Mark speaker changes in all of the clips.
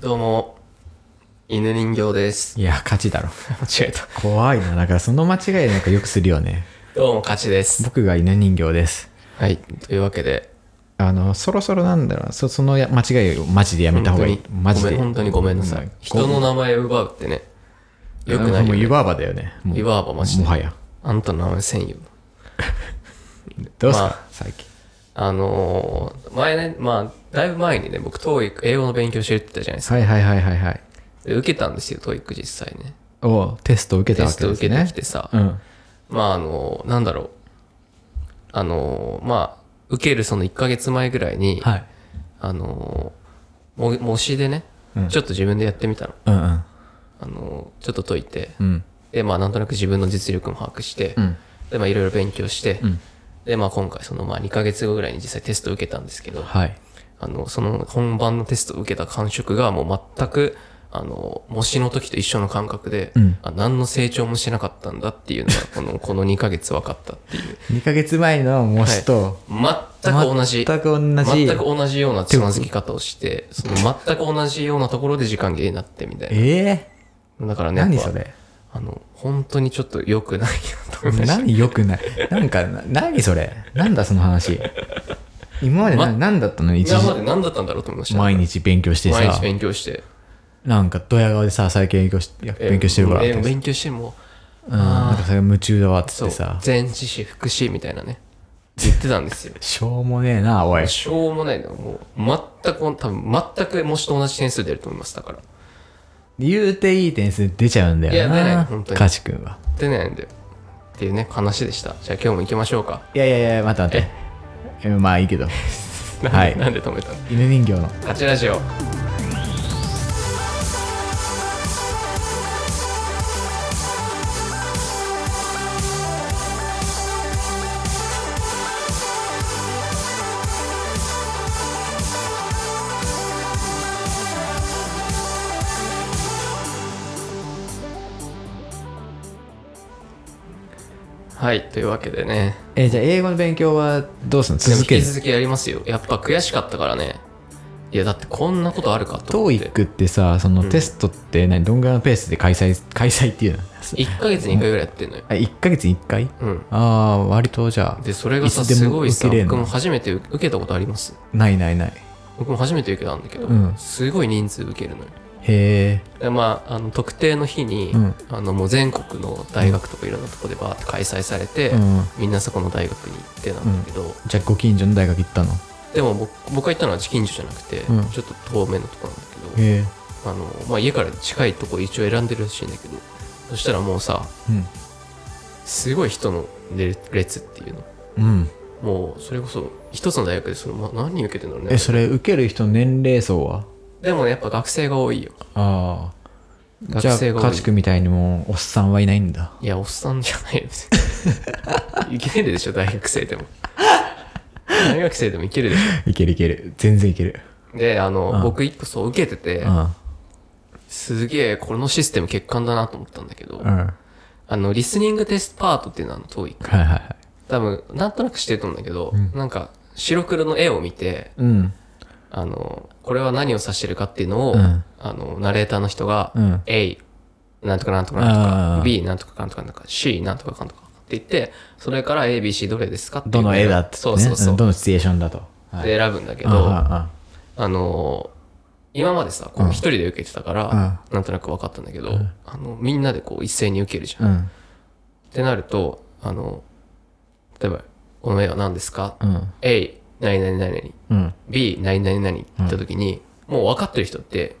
Speaker 1: どうも犬人形です
Speaker 2: いや勝ちだろ
Speaker 1: 間違えた
Speaker 2: 怖いななんかその間違いなんかよくするよね
Speaker 1: どうも勝ちです
Speaker 2: 僕が犬人形です
Speaker 1: はいというわけで
Speaker 2: あのそろそろなんだろうそそのや間違いをマジでやめた方がいい
Speaker 1: 本当に
Speaker 2: マジ
Speaker 1: ご
Speaker 2: で
Speaker 1: めん本当にごめんなさい人の名前奪うってねよくない
Speaker 2: も
Speaker 1: よ
Speaker 2: う
Speaker 1: ね
Speaker 2: 湯婆婆だよねもう
Speaker 1: 湯婆婆マジで
Speaker 2: もはや
Speaker 1: あんたの名前せんよ
Speaker 2: どうすか、
Speaker 1: まあ
Speaker 2: 最近
Speaker 1: あのー、前ねまあだいぶ前にね僕 TOEIC 英語の勉強してるって言ったじゃないですか
Speaker 2: はいはいはいはいはい
Speaker 1: で受けたんですよ TOEIC 実際ね
Speaker 2: おうテストを受けた
Speaker 1: テ
Speaker 2: わ
Speaker 1: ス
Speaker 2: け
Speaker 1: ト
Speaker 2: で
Speaker 1: 受
Speaker 2: す
Speaker 1: けてき
Speaker 2: ね
Speaker 1: てさ、
Speaker 2: うん
Speaker 1: まああのー、なんだろうあのー、まあ受けるその1ヶ月前ぐらいに、
Speaker 2: はい
Speaker 1: あのー、も模試でね、
Speaker 2: うん
Speaker 1: ちょっと自分でやってみたの。
Speaker 2: うんうん
Speaker 1: あのー、ちょっと解いて、
Speaker 2: うん
Speaker 1: で、まあ、なんとなく自分の実力も把握して、
Speaker 2: うん
Speaker 1: で、まあ、いろいろ勉強して、
Speaker 2: うん
Speaker 1: で、まあ、今回、その、まあ、2ヶ月後ぐらいに実際テストを受けたんですけど、
Speaker 2: はい
Speaker 1: あの、その本番のテストを受けた感触が、もう全く、あの、模試の時と一緒の感覚で、
Speaker 2: うん
Speaker 1: あ何の成長もしてなかったんだっていうのが、この、この2ヶ月分かったっていう。
Speaker 2: 2ヶ月前の模試と
Speaker 1: 全く同じ。
Speaker 2: 全く同じ
Speaker 1: 全く同じようなつまずき方をして、その全く同じようなところで時間切れになってみたい
Speaker 2: ええ
Speaker 1: な。だからね、
Speaker 2: 何
Speaker 1: やっぱ
Speaker 2: それ
Speaker 1: あの、本当にちょっと良くないなと思い ました。
Speaker 2: 何良くないなんかな何それなんだその話今までな
Speaker 1: ま
Speaker 2: 何だったの一
Speaker 1: 今ま
Speaker 2: 時
Speaker 1: で何だったんだろうと思いました。
Speaker 2: 毎日勉強して
Speaker 1: 毎
Speaker 2: さ
Speaker 1: 日勉強して。
Speaker 2: なんかドヤ顔でさ最近勉強しいや
Speaker 1: えー
Speaker 2: 勉強してるからっ
Speaker 1: え
Speaker 2: て
Speaker 1: ー
Speaker 2: うん
Speaker 1: 勉強しても、
Speaker 2: なんかそれ夢中だわっつっ
Speaker 1: そう
Speaker 2: てさ、。
Speaker 1: 全知識、福祉みたいなね、言ってたんですよ
Speaker 2: しょうもねえなおい
Speaker 1: しょうもないの、もう、全く、多分全く模試と同じ点数出ると思います、だから。
Speaker 2: 言うていい点数出ちゃうんだよない
Speaker 1: や出ない本当に
Speaker 2: カチ君は
Speaker 1: 出ないんだよ。っていうね、話でした。じゃあ今日も行きましょうか。
Speaker 2: いやいやいや待って待ってえまあいいけ
Speaker 1: な
Speaker 2: ど
Speaker 1: んで
Speaker 2: はい
Speaker 1: なんで止めたの
Speaker 2: 犬人形の
Speaker 1: 勝ちラジオ。はい、というわけでね。
Speaker 2: えじゃあ英語の勉強はどうするの
Speaker 1: でも
Speaker 2: 続ける
Speaker 1: 引き続きやりますよやっぱ悔しかったからねいやだってこんなことあるかと思って
Speaker 2: TOEIC ってさそのテストって何、どんぐらいのペースで開催開催っていうの
Speaker 1: 1ヶ月に1回ぐらいやってんのよ
Speaker 2: あ1ヶ月に1回
Speaker 1: うん
Speaker 2: ああ割とじゃあ
Speaker 1: でそれがさ
Speaker 2: いつですも
Speaker 1: ごいさ
Speaker 2: 受けれんの
Speaker 1: 僕も初めて受けたことあります
Speaker 2: ないないない
Speaker 1: 僕も初めて受けたんだけど、
Speaker 2: うん
Speaker 1: すごい人数受けるのよ
Speaker 2: へえ
Speaker 1: でまあ、あの特定の日に、
Speaker 2: うん
Speaker 1: あのもう全国の大学とかいろんなとこでバーって開催されて、
Speaker 2: うん
Speaker 1: みんなそこの大学に行ってなんだけど、
Speaker 2: じゃあご近所の大学行ったの
Speaker 1: でも僕僕が行ったのは近所じゃなくて、
Speaker 2: うん
Speaker 1: ちょっと遠めのとこなんだけど、
Speaker 2: へえ
Speaker 1: あのまあ、家から近いとこ一応選んでるらしいんだけどそしたらもうさすごい人の列列っていうの
Speaker 2: うんうん
Speaker 1: もうそれこそ一つの大学でその、ま、何人受けてんだろう
Speaker 2: え
Speaker 1: ね
Speaker 2: それ受ける人の年齢層は
Speaker 1: でもねやっぱ学生が多いよ
Speaker 2: ああじゃあ
Speaker 1: 学生が多い
Speaker 2: 家畜みたいにもうおっさんはいないんだ
Speaker 1: いやおっさんじゃないよ別に いけるでしょ大学生でも大学生でもいけるでし
Speaker 2: いけるいける全然いける
Speaker 1: ょであの、
Speaker 2: うん
Speaker 1: 僕一個そう受けてて、
Speaker 2: うん
Speaker 1: すげえこのシステム欠陥だなと思ったんだけど、
Speaker 2: うんはい
Speaker 1: あのリスニングテストパートっていうのはあの TOEIC
Speaker 2: はいはい
Speaker 1: 多分なんとなくしてると思うんだけど、
Speaker 2: うん
Speaker 1: なんか白黒の絵を見て
Speaker 2: うん
Speaker 1: あのこれは何を指してるかっていうのを、
Speaker 2: うん
Speaker 1: あのナレーターの人が、
Speaker 2: うん
Speaker 1: A なんとかなんとかなんと
Speaker 2: あ
Speaker 1: か
Speaker 2: ー
Speaker 1: B なんとかかんとかなんとか C なんとかかんとかって言ってそれから ABC どれですかっていう
Speaker 2: どの絵だってね
Speaker 1: そうそうそう、
Speaker 2: んどのシチュエーションだとはい
Speaker 1: で選ぶんだけど
Speaker 2: うんうんうん
Speaker 1: あの今までさこう
Speaker 2: うん
Speaker 1: 一人で受けてたから、なんとなく分かったんだけど、
Speaker 2: うん
Speaker 1: あのみんなでこう一斉に受けるじゃん、
Speaker 2: う
Speaker 1: っ
Speaker 2: ん
Speaker 1: てなるとあの例えばこの絵は何ですか、
Speaker 2: うん
Speaker 1: A 何々何々
Speaker 2: うん
Speaker 1: B 何々何って言った時に、もう分かってる人って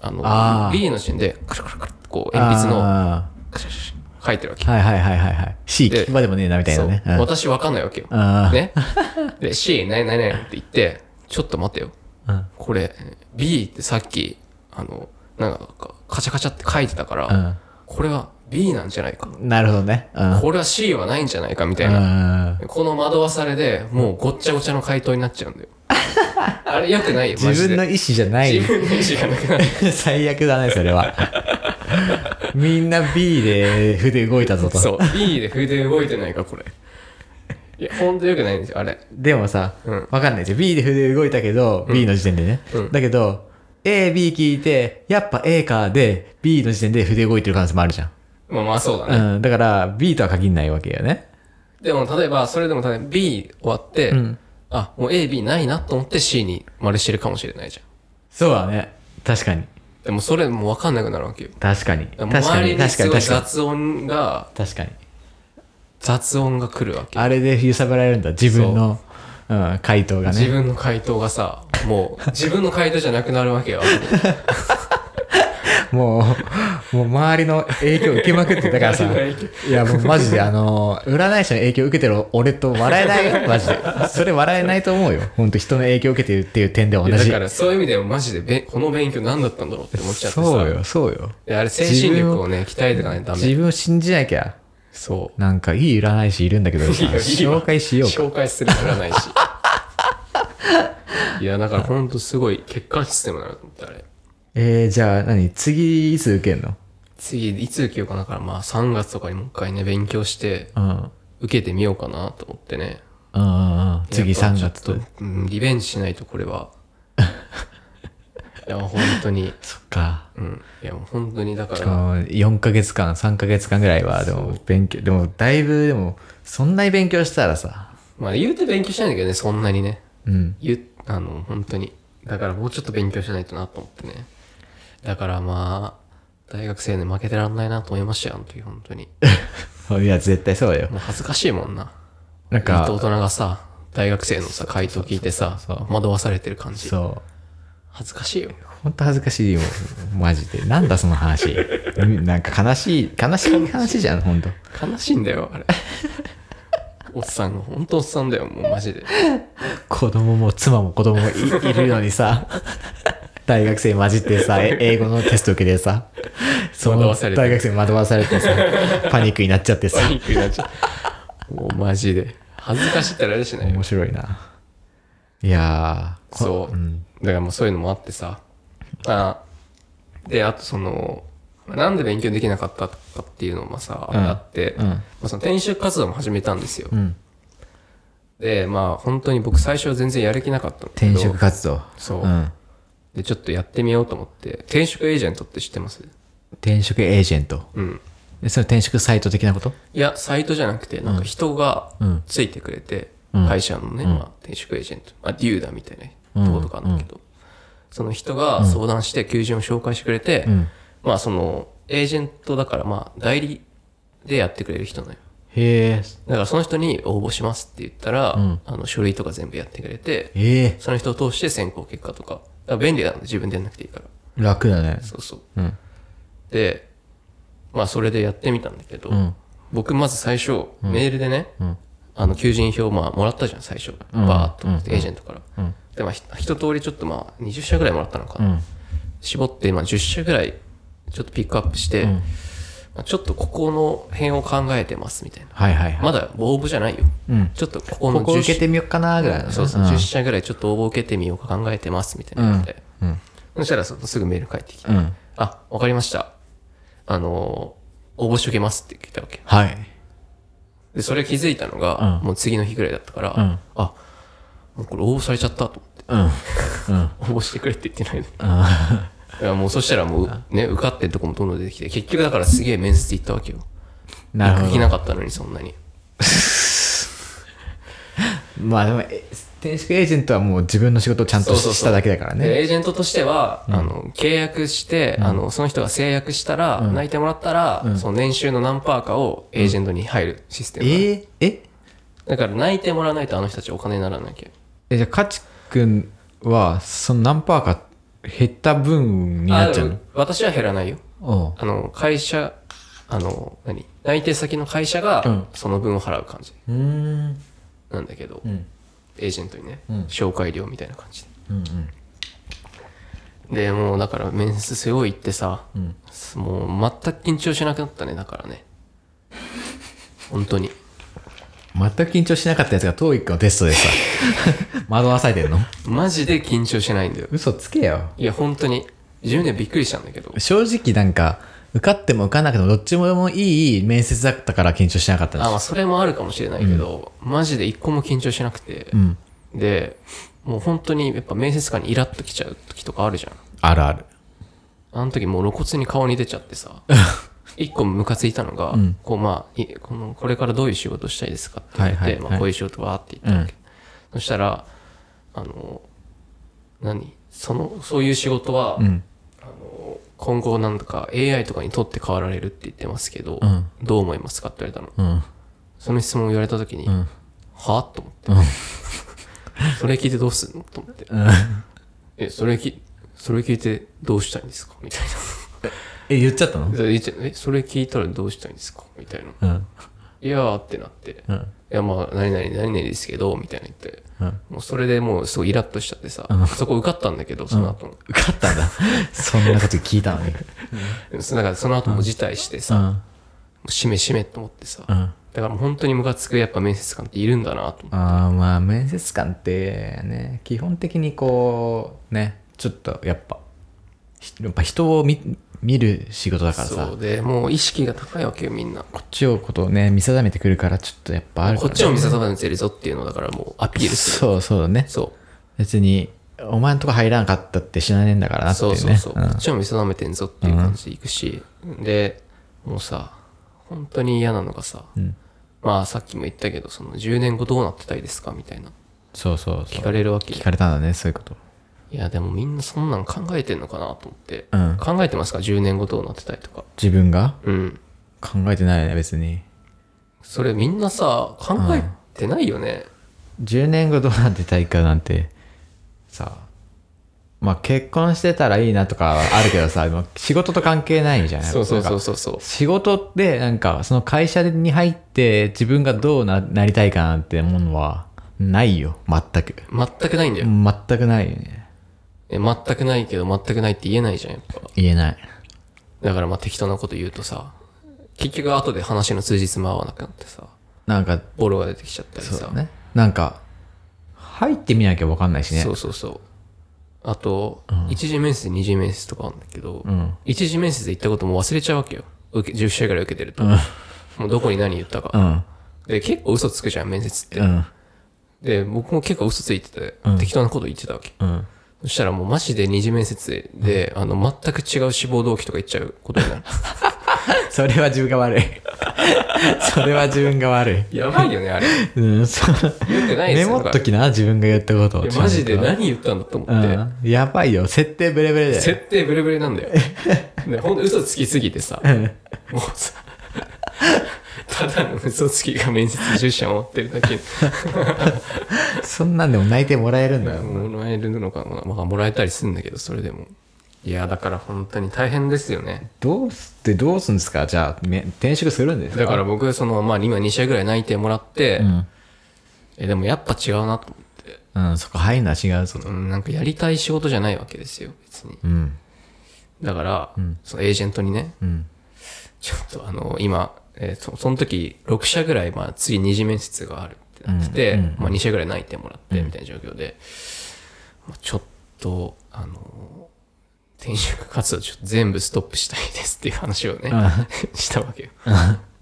Speaker 1: あの
Speaker 2: あー
Speaker 1: B の時点でカラカラカラってこう鉛筆の
Speaker 2: あ
Speaker 1: カシャカシャカシャ書いてるわけ
Speaker 2: ーはいはいはいはいはい C
Speaker 1: で
Speaker 2: 聞くまでもねえなみたいなね
Speaker 1: そう
Speaker 2: うん
Speaker 1: 私分かんないわけよ、
Speaker 2: あー
Speaker 1: ねで C 何々何って言ってちょっと待てよ
Speaker 2: うん
Speaker 1: これ B ってさっきあのなんかカチャカチャって書いてたから、これは B なんじゃないか、
Speaker 2: うんなるほどねうん
Speaker 1: これは C はないんじゃないかみたいな、
Speaker 2: うん
Speaker 1: この惑わされでもうごっちゃごちゃの回答になっちゃ うんだよあれよくないよマ
Speaker 2: 自
Speaker 1: ジで
Speaker 2: 分の意思じゃない
Speaker 1: 自分の意思がなくなる
Speaker 2: 最悪だねそれ はみんな B で筆動いたぞと
Speaker 1: そう。B で筆動いてないか、これ。いや、ほんとよくないんですよ、あれ。
Speaker 2: でもさ、
Speaker 1: うん
Speaker 2: わかんないじゃん B で筆動いたけど、B の時点でね、
Speaker 1: うん
Speaker 2: だけど A、B 聞いて、やっぱ A かで、B の時点で筆動いてる可能性もあるじゃん。
Speaker 1: まあまあそうだね。
Speaker 2: うん。だから、B とは限らないわけよね。
Speaker 1: でも例えば、それでも例えば B 終わって、
Speaker 2: ん
Speaker 1: あ、もう A、B ないなと思って C に丸してるかもしれないじゃん。
Speaker 2: そうだね。確かに。
Speaker 1: でもそれもう分かんなくなるわけよ。
Speaker 2: 確かに。
Speaker 1: だ
Speaker 2: 確
Speaker 1: から
Speaker 2: か
Speaker 1: 周
Speaker 2: に。
Speaker 1: りに
Speaker 2: 確か
Speaker 1: す
Speaker 2: に。
Speaker 1: ごい
Speaker 2: 確かに。
Speaker 1: 雑音が、
Speaker 2: 確かに。
Speaker 1: 雑音が来るわけ。
Speaker 2: あれで揺さぶられるんだ。自分の、うん、回答が
Speaker 1: 自
Speaker 2: ね。
Speaker 1: 分の回答がさ、も う自分の回答じゃなくなるわけよ。
Speaker 2: もう、も う周りの影響受けまくって、だからさ。
Speaker 1: 周りの影
Speaker 2: いや、もうマジで、あの、占い師の影響受けてる俺と笑えない よ。マジで。それ笑えないと思うよ。ほんと人の影響受けてるっていう点では同
Speaker 1: だ
Speaker 2: じ
Speaker 1: か。らそういう意味ではマジでべこの勉強何だったんだろうって思っちゃってさ。
Speaker 2: そうよ、そうよ。
Speaker 1: いやあれ精神力をね、鍛えていかないとダメ。
Speaker 2: 自分を信じなきゃ。
Speaker 1: そ
Speaker 2: なんかいい占い師いるんだけど、
Speaker 1: いいよいいよ
Speaker 2: 紹介し
Speaker 1: う。
Speaker 2: ようか。
Speaker 1: 紹介するからない し。いや、だからほんとすごい欠陥システムだなと思ってあれ。
Speaker 2: えー、じゃあ何次いつ受けんの
Speaker 1: 次、いつ受けようかなだから、まあ3月とかにもう一回ね、勉強して、
Speaker 2: うん。うん
Speaker 1: 受けてみようかなと思ってね。
Speaker 2: うんうん。次3
Speaker 1: やっぱ
Speaker 2: 月
Speaker 1: ちょ
Speaker 2: と
Speaker 1: っ。と。うん、リベンジしないとこれは。 いや、本当に。
Speaker 2: そっか。
Speaker 1: うん。いや、もう本当にだか、
Speaker 2: しからも4ヶ月間、3ヶ月間ぐらいは、でも勉強、でもだいぶ、でも、そんなに勉強したらさ、
Speaker 1: まあ言うて勉強しないんだけどね、そんなにね。
Speaker 2: うん。
Speaker 1: 言う、あの、本当に。だからもうちょっと勉強しないとなと思ってね。だからまあ、大学生で負けてらんないなと思いましたよ、あの時、本当に。
Speaker 2: いや、絶対そうだよ。
Speaker 1: もう恥ずかしいもんな。
Speaker 2: なん
Speaker 1: か。大
Speaker 2: か、
Speaker 1: 人がさ、大学生のさ、回答聞いてさ
Speaker 2: そうそう、
Speaker 1: 惑わされてる感じ。
Speaker 2: そう。
Speaker 1: 恥ずかしいよ。
Speaker 2: ほんと恥ずかしいよ。マジで。なんだその話。 うんなんか悲しい、悲しい話じゃん、ほんと。
Speaker 1: 悲しいんだよ、あれ。 おっさんが、ほんとおっさんだよ、もうマジ で。
Speaker 2: 子供も妻も子供もいいるのに さ、大学生混じってさ、え英語のテスト受けてさ、そ
Speaker 1: 惑
Speaker 2: の
Speaker 1: わされて
Speaker 2: 大学生に惑わされてさ、パニックになっちゃってさ、
Speaker 1: パニックになっちゃう。もうマジで。恥ずかしいってあれだしないよ
Speaker 2: 面。白いな。いやー、こ
Speaker 1: そう、だからもうそういうのもあってさ。あで、あとその、まあなんで勉強できなかったかっていうのもさ、
Speaker 2: うん
Speaker 1: あって、
Speaker 2: うん
Speaker 1: まあ、その転職活動も始めたんですよ。
Speaker 2: うん。
Speaker 1: で、まあ本当に僕最初は全然やる気なかったんだけど
Speaker 2: 転職活動。
Speaker 1: そう、
Speaker 2: うん。
Speaker 1: で、ちょっとやってみようと思って、転職エージェントって知ってます
Speaker 2: 転職エージェント。
Speaker 1: うん。
Speaker 2: えその転職サイト的なこと
Speaker 1: いや、サイトじゃなくて、なんか人が
Speaker 2: うん
Speaker 1: ついてくれて、
Speaker 2: うん
Speaker 1: 会社のね、まあ、転職エージェント、まあ、デューダみたいなとことかあるんだけど、その人が相談して求人を紹介してくれて、
Speaker 2: ん
Speaker 1: まあ、その、エージェントだから、まあ、代理でやってくれる人なのよ。
Speaker 2: へ
Speaker 1: だから、その人に応募しますって言ったら、あの、書類とか全部やってくれて、
Speaker 2: え。ええ。
Speaker 1: その人を通して選考結果とか、だから便利なんで自分でやんなくていいから。
Speaker 2: 楽だね。
Speaker 1: そうそう。
Speaker 2: うん。
Speaker 1: で、まあそれでやってみたんだけど、
Speaker 2: ん
Speaker 1: 僕まず最初、メールでね、あの求人票まあもらったじゃん最初、バーッとエージェントから、でまあひ一通りちょっとまあ20社ぐらいもらったのかな、絞ってまあ10社ぐらいちょっとピックアップして、まあ、ちょっとここの辺を考えてますみたいな
Speaker 2: はいはいはい。
Speaker 1: まだ応募じゃないよ、
Speaker 2: うん
Speaker 1: ちょっとここ
Speaker 2: こ
Speaker 1: の
Speaker 2: こ
Speaker 1: 10
Speaker 2: 受け
Speaker 1: 社
Speaker 2: てみようかなぐらいのね。
Speaker 1: そうそう、
Speaker 2: ん
Speaker 1: 10社ぐらいちょっと応募受けてみようか考えてますみたいなので、
Speaker 2: うん。
Speaker 1: そしたらそのすぐメール返ってきて、
Speaker 2: うん。
Speaker 1: あ、わかりました。あのー応募しとけますって来たわけ。
Speaker 2: はい。
Speaker 1: で、それ気づいたのが、
Speaker 2: うん
Speaker 1: もう次の日ぐらいだったから、
Speaker 2: ん
Speaker 1: あ、もうこれ応募されちゃったと思って、
Speaker 2: うん。 うん。
Speaker 1: 応募してくれって言ってないの。いやもうそしたらもうね、受かってるとこもどんどん出てきて、結局だからすげえ面接行ったわけよ。
Speaker 2: なるほ
Speaker 1: 行
Speaker 2: ど
Speaker 1: く気。なかったのにそんなに。
Speaker 2: まあでもえ転職エージェントはもう自分の仕事をちゃんと
Speaker 1: そうそうそう
Speaker 2: しただけだから
Speaker 1: で
Speaker 2: ね
Speaker 1: エージェントとしては、あの、契約して、あの、その人が制約したら、泣いてもらったら、その年収の何パーかをエージェントに入るシステムなの、
Speaker 2: えええ
Speaker 1: だから泣いてもらわないとあの人たちお金にならないけ。
Speaker 2: えじゃあカチ君はその何パーか減った分になっちゃう
Speaker 1: あ
Speaker 2: の
Speaker 1: でも私は減らないよ。
Speaker 2: おう
Speaker 1: あの、会社、あの、何内定先の会社
Speaker 2: う
Speaker 1: が
Speaker 2: ん、
Speaker 1: その分を払う感じ
Speaker 2: うーん
Speaker 1: なんだけど、
Speaker 2: うん
Speaker 1: エージェントにね、
Speaker 2: うん
Speaker 1: 紹介料みたいな感じ
Speaker 2: うん
Speaker 1: で。で、もうだから面接すごい行ってさ、
Speaker 2: うん
Speaker 1: もう全く緊張しなくなったね、だからね。本当に。
Speaker 2: 全く緊張しなかったやつが TOEIC のテストで さ惑わされてんの
Speaker 1: マジで緊張しないんだよ。
Speaker 2: 嘘つけよ
Speaker 1: いや、本当に。自分ではびっくりしたんだけど。
Speaker 2: 正直なんか受かっても受かんなくてもどっちもいい面接だったから緊張しなかったんで
Speaker 1: あ、まあ、それもあるかもしれないけど、マジで一個も緊張しなくて、
Speaker 2: うん
Speaker 1: で、もう本当にやっぱ面接官にイラッときちゃう時とかあるじゃん。
Speaker 2: あるある。
Speaker 1: あの時もう露骨に顔に出ちゃって さ、一個ムカついたのが、こうまあ、いこの、これからどういう仕事したいですかって言って、
Speaker 2: はいはいはい
Speaker 1: まあこういう仕事はって言ったわけ、そしたら、あの、何その、そういう仕事は、
Speaker 2: うん。
Speaker 1: あの今後なんとか AI とかに取って代わられるって言ってますけど、
Speaker 2: うん
Speaker 1: どう思いますかって言われたの。
Speaker 2: うん。
Speaker 1: その質問を言われた時に、
Speaker 2: ん
Speaker 1: はと思って。 それ聞いてどうすんのと思って。
Speaker 2: うん
Speaker 1: え、それき、それ聞いてどうしたいんですかみたいな。
Speaker 2: え、言っちゃったの
Speaker 1: でいちえ、それ聞いたらどうしたいんですかみたいな。
Speaker 2: うん。
Speaker 1: いやーってなって。
Speaker 2: う
Speaker 1: い
Speaker 2: ん。
Speaker 1: や、まあ、何々、何々ですけど、みたいな言って。
Speaker 2: うん
Speaker 1: もうそれでもうすごいイラッとしちゃってさ、そこ受かったんだけど、その後も。
Speaker 2: 受かったんだ。そんなこと聞い たのに。
Speaker 1: だからその後も辞退して
Speaker 2: う
Speaker 1: さ、も
Speaker 2: ん。
Speaker 1: うしめしめと思ってさ、
Speaker 2: うん。
Speaker 1: だからもう本当にムカつくやっぱ面接官っているんだなと思って。
Speaker 2: あーまあ面接官ってね基本的にこうねちょっとやっぱひやっぱ人を見見る仕事だからさ
Speaker 1: そうで、もう意識が高いわけよ、みんな。
Speaker 2: こっちをことをね見定めてくるからちょっとやっぱあるか
Speaker 1: こ
Speaker 2: ら
Speaker 1: っちを見せ定めてるぞっていうのをだからもうアピールする。
Speaker 2: そうそうだね
Speaker 1: そ
Speaker 2: 別にお前んとこ入らなかったって死なねえんだからな
Speaker 1: う。
Speaker 2: ってい
Speaker 1: そうう
Speaker 2: ね
Speaker 1: そうそう。こ
Speaker 2: ん
Speaker 1: っちを見定めてんぞっていう感じでいくし、で、もうさ、本当に嫌なのがさ、まあさっきも言ったけど、その10年後どうなってたいですかみたいな。
Speaker 2: そうそうそ
Speaker 1: 聞
Speaker 2: う
Speaker 1: かれるわけ
Speaker 2: 聞
Speaker 1: よ
Speaker 2: かれたんだねそういうこと
Speaker 1: いや、でもみんなそんなん考えてんのかなと思って。
Speaker 2: うん
Speaker 1: 考えてますか ?10 年後どうなってたいとか。
Speaker 2: 自分が
Speaker 1: うん。
Speaker 2: 考えてないね別に
Speaker 1: それみんなさ、考えてないよね。
Speaker 2: 10年後どうなってたいかなんてさまあ結婚してたらいいなとかはあるけどさ でも仕事と関係ないじゃない
Speaker 1: そうそうそう
Speaker 2: なんか
Speaker 1: そうそう。
Speaker 2: 仕事でなんかその会社に入って自分がどうななりたいかなんてものはないよ全く
Speaker 1: 全くないんだよ。
Speaker 2: 全くないよね
Speaker 1: え全くないけど全くないって言えないじゃんやっぱ
Speaker 2: 言えない
Speaker 1: だからまあ適当なこと言うとさ結局後で話の通じつま合わなくなってさ
Speaker 2: なんか
Speaker 1: ボロが出てきちゃったり
Speaker 2: そう
Speaker 1: さ
Speaker 2: だねなんか入ってみなきゃ分かんないしね
Speaker 1: そうそうそうあと、一次面接二次面接とかあるんだけど、
Speaker 2: ん
Speaker 1: 一次面接で行ったことも忘れちゃうわけよ受け10社ぐらい受けてると、もうどこに何言ったか、
Speaker 2: うん
Speaker 1: で結構嘘つくじゃん面接って、
Speaker 2: うん
Speaker 1: で僕も結構嘘ついてて、適当なこと言ってたわけ
Speaker 2: うん
Speaker 1: そしたらもうマジで二次面接で、あの全く違う志望動機とか言っちゃうことになる
Speaker 2: それは自分が悪い それは自分が悪い
Speaker 1: やばいよねあれ
Speaker 2: うんそう
Speaker 1: よくないで
Speaker 2: メ
Speaker 1: すよ
Speaker 2: モっときな自分が言ったことを
Speaker 1: いやマジで何言ったんだと思
Speaker 2: う
Speaker 1: って、
Speaker 2: んやばいよ設定ブレブレだよ
Speaker 1: 設定ブレブレ なんだよでほんと嘘つきすぎてさもうさただの嘘つきが面接10社持ってるだけ
Speaker 2: そんなんでも泣いてもらえるんだよ
Speaker 1: もらえるのかな、まあ、もらえたりするんだけどそれでもいやだから本当に大変ですよね
Speaker 2: どうすってどうすんですかじゃあめ転職するんです
Speaker 1: だから僕そのまあ今2社ぐらい内定もらって、
Speaker 2: ん
Speaker 1: えでもやっぱ違うなと思って、
Speaker 2: うんそこ入るのは違うぞと
Speaker 1: うん、なんかやりたい仕事じゃないわけですよ別に
Speaker 2: うん
Speaker 1: だから、そのエージェントにね
Speaker 2: うん
Speaker 1: ちょっとあの、今、えーそその時、6社ぐらい、まあ、次二次面接があるってなってて、まあ、2社ぐらい泣いてもらって、みたいな状況で、まあ、ちょっと、あのー、転職活動ちょっと全部ストップしたいですっていう話をね、 したわけよ。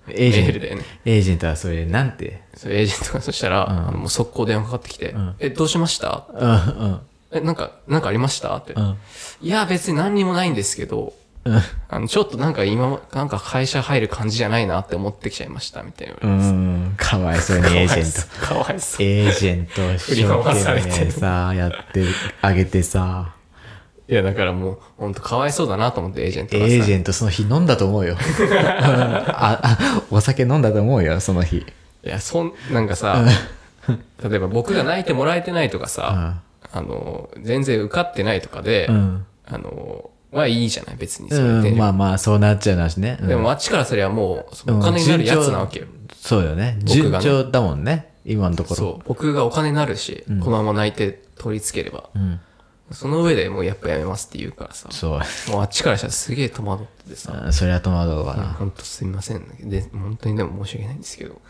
Speaker 2: エージ
Speaker 1: メー
Speaker 2: ェ
Speaker 1: ル
Speaker 2: ント
Speaker 1: だよね。
Speaker 2: エージェントはそれなんて
Speaker 1: それエージェントがそしたら、あのもう速攻電話かかってきて、え、どうしました
Speaker 2: うんうん
Speaker 1: え、なんか、なんかありましたって。
Speaker 2: ん
Speaker 1: いや、別に何にもないんですけど、あの、ちょっとなんか今、なんか会社入る感じじゃないなって思ってきちゃいました、みたいな。
Speaker 2: うんかわいそうにエージェント
Speaker 1: ト。かわいそう。
Speaker 2: エージェント
Speaker 1: 振り回されてる
Speaker 2: 一生懸命さやってあげてさ
Speaker 1: いや、だからもう、ほんとかわいそうだなと思って、エージェント
Speaker 2: エ
Speaker 1: が
Speaker 2: ー
Speaker 1: さ。
Speaker 2: ジェントその日飲んだと思う よああお酒飲んだと思うよその日
Speaker 1: いや、そん、なんかさ、 例えば僕が泣いてもらえてないとかさ、あの、全然受かってないとかで、
Speaker 2: うん
Speaker 1: あの、はいいじゃない、別にそれで。
Speaker 2: うんまあまあそうなっちゃうなしね、うん
Speaker 1: でも、あっちからすりゃもう、そ
Speaker 2: う
Speaker 1: の
Speaker 2: ん
Speaker 1: お金になるやつなわけよ。
Speaker 2: そうよね
Speaker 1: 僕
Speaker 2: 順
Speaker 1: がね
Speaker 2: 調だもんね今のところ
Speaker 1: そう。僕がお金になるし、このまま泣いて取り付ければ。その上でもうやっぱやめますって言うからさ、
Speaker 2: そう
Speaker 1: もうあっちからしたらすげえ戸惑っててさ、
Speaker 2: うんそれは戸惑うわな、
Speaker 1: 本当すみません。で、本当にでも申し訳ないんですけど、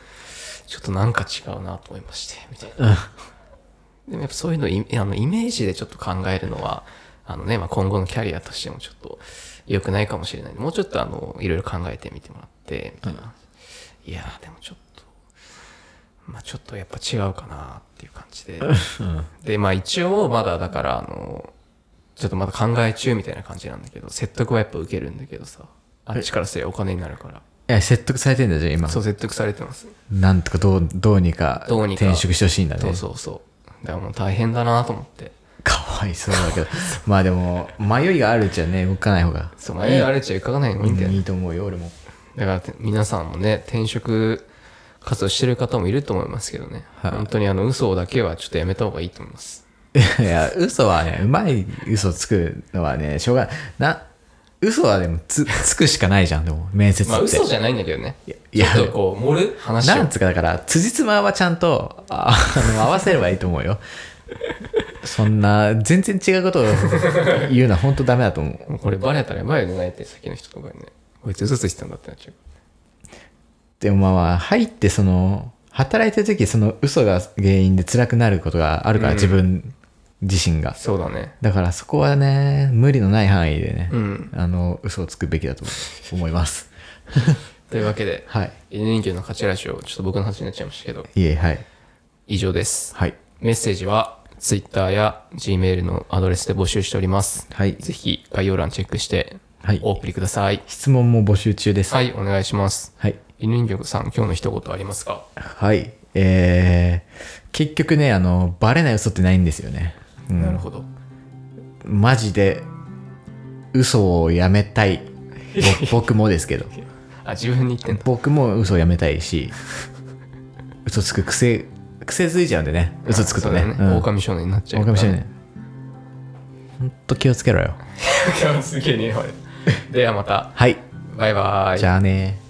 Speaker 1: ちょっとなんか違うなと思いまして、みたいな。でもやっぱそういうのイ、あの、イメージでちょっと考えるのは、あのね、まあ、今後のキャリアとしてもちょっと良くないかもしれないんで。もうちょっとあの、いろいろ考えてみてもらって、みたいな。いやー、でもちょっと、まあ、ちょっとやっぱ違うかなっていう感じで。で、まあ、一応まだだから、あの、ちょっとまだ考え中みたいな感じなんだけど、説得はやっぱ受けるんだけどさ、あっちからすればお金になるから。
Speaker 2: いや、説得されてんだじゃん、今。
Speaker 1: そう、説得されてます。
Speaker 2: なんとかどう、どうにか
Speaker 1: どうにか
Speaker 2: 転職してほしいんだね。
Speaker 1: そうそうそう。だからもう大変だなと思って。
Speaker 2: かわいそうだけど。まあでも、迷いがあるじゃね、動かない方が。
Speaker 1: そう、迷われちゃいかがないのいいんだよ
Speaker 2: うん
Speaker 1: ね。
Speaker 2: いいと思うよ、俺も。
Speaker 1: だからて皆さんもね、転職活動してる方もいると思いますけどね。
Speaker 2: はい
Speaker 1: 本当にあの、嘘だけはちょっとやめた方がいいと思います。
Speaker 2: いや、嘘はね、うまい嘘つくのはね、しょうがない。な、嘘はでもつ、 つくしかないじゃん、でも、面接って。
Speaker 1: まあ、嘘じゃないんだけどね。
Speaker 2: いや
Speaker 1: ちょっとこう、盛る話
Speaker 2: な
Speaker 1: を
Speaker 2: ん。つうか、だから、辻褄はちゃんと、ああの、合わせればいいと思うよ。そんな、全然違うことを言うのは本当ダメだと思う。
Speaker 1: もうこれバレたらやばいよね、泣いて、先の人とかにね。こいつ嘘ついてたんだってなっちゃう。
Speaker 2: でもまあまあ、入ってその、働いてる時その嘘が原因で辛くなることがあるから、
Speaker 1: うん
Speaker 2: 自分自身が。
Speaker 1: そうだね。
Speaker 2: だからそこはね、無理のない範囲でね、
Speaker 1: うん
Speaker 2: あの、嘘をつくべきだと思 います。
Speaker 1: というわけで、
Speaker 2: はい。
Speaker 1: 犬人形の勝ちラジオ、ちょっと僕の話になっちゃいましたけど、
Speaker 2: いえ、はい。
Speaker 1: 以上です。
Speaker 2: はい。
Speaker 1: メッセージは、Twitter や Gmail のアドレスで募集しております。
Speaker 2: はい。
Speaker 1: ぜひ概要欄チェックして
Speaker 2: はい、
Speaker 1: お送りください。
Speaker 2: 質問も募集中です。
Speaker 1: はい、お願いします。
Speaker 2: はい。
Speaker 1: 犬人形さん、今日の一言ありますか
Speaker 2: はい。えー、結局ね、あの、バレない嘘ってないんですよね。うん
Speaker 1: なるほど。
Speaker 2: マジで、嘘をやめたい。ぼ僕もですけど。
Speaker 1: あ、自分に言ってんだ。
Speaker 2: 僕も嘘をやめたいし 嘘つく癖癖づいちゃうんでね嘘つくとね
Speaker 1: そうだ
Speaker 2: うん
Speaker 1: 狼少年になっちゃうから。
Speaker 2: 狼 少年ほんと気をつけろよ
Speaker 1: いや。すげえね、俺。ではまた、
Speaker 2: はい
Speaker 1: バイバイ。
Speaker 2: じゃあね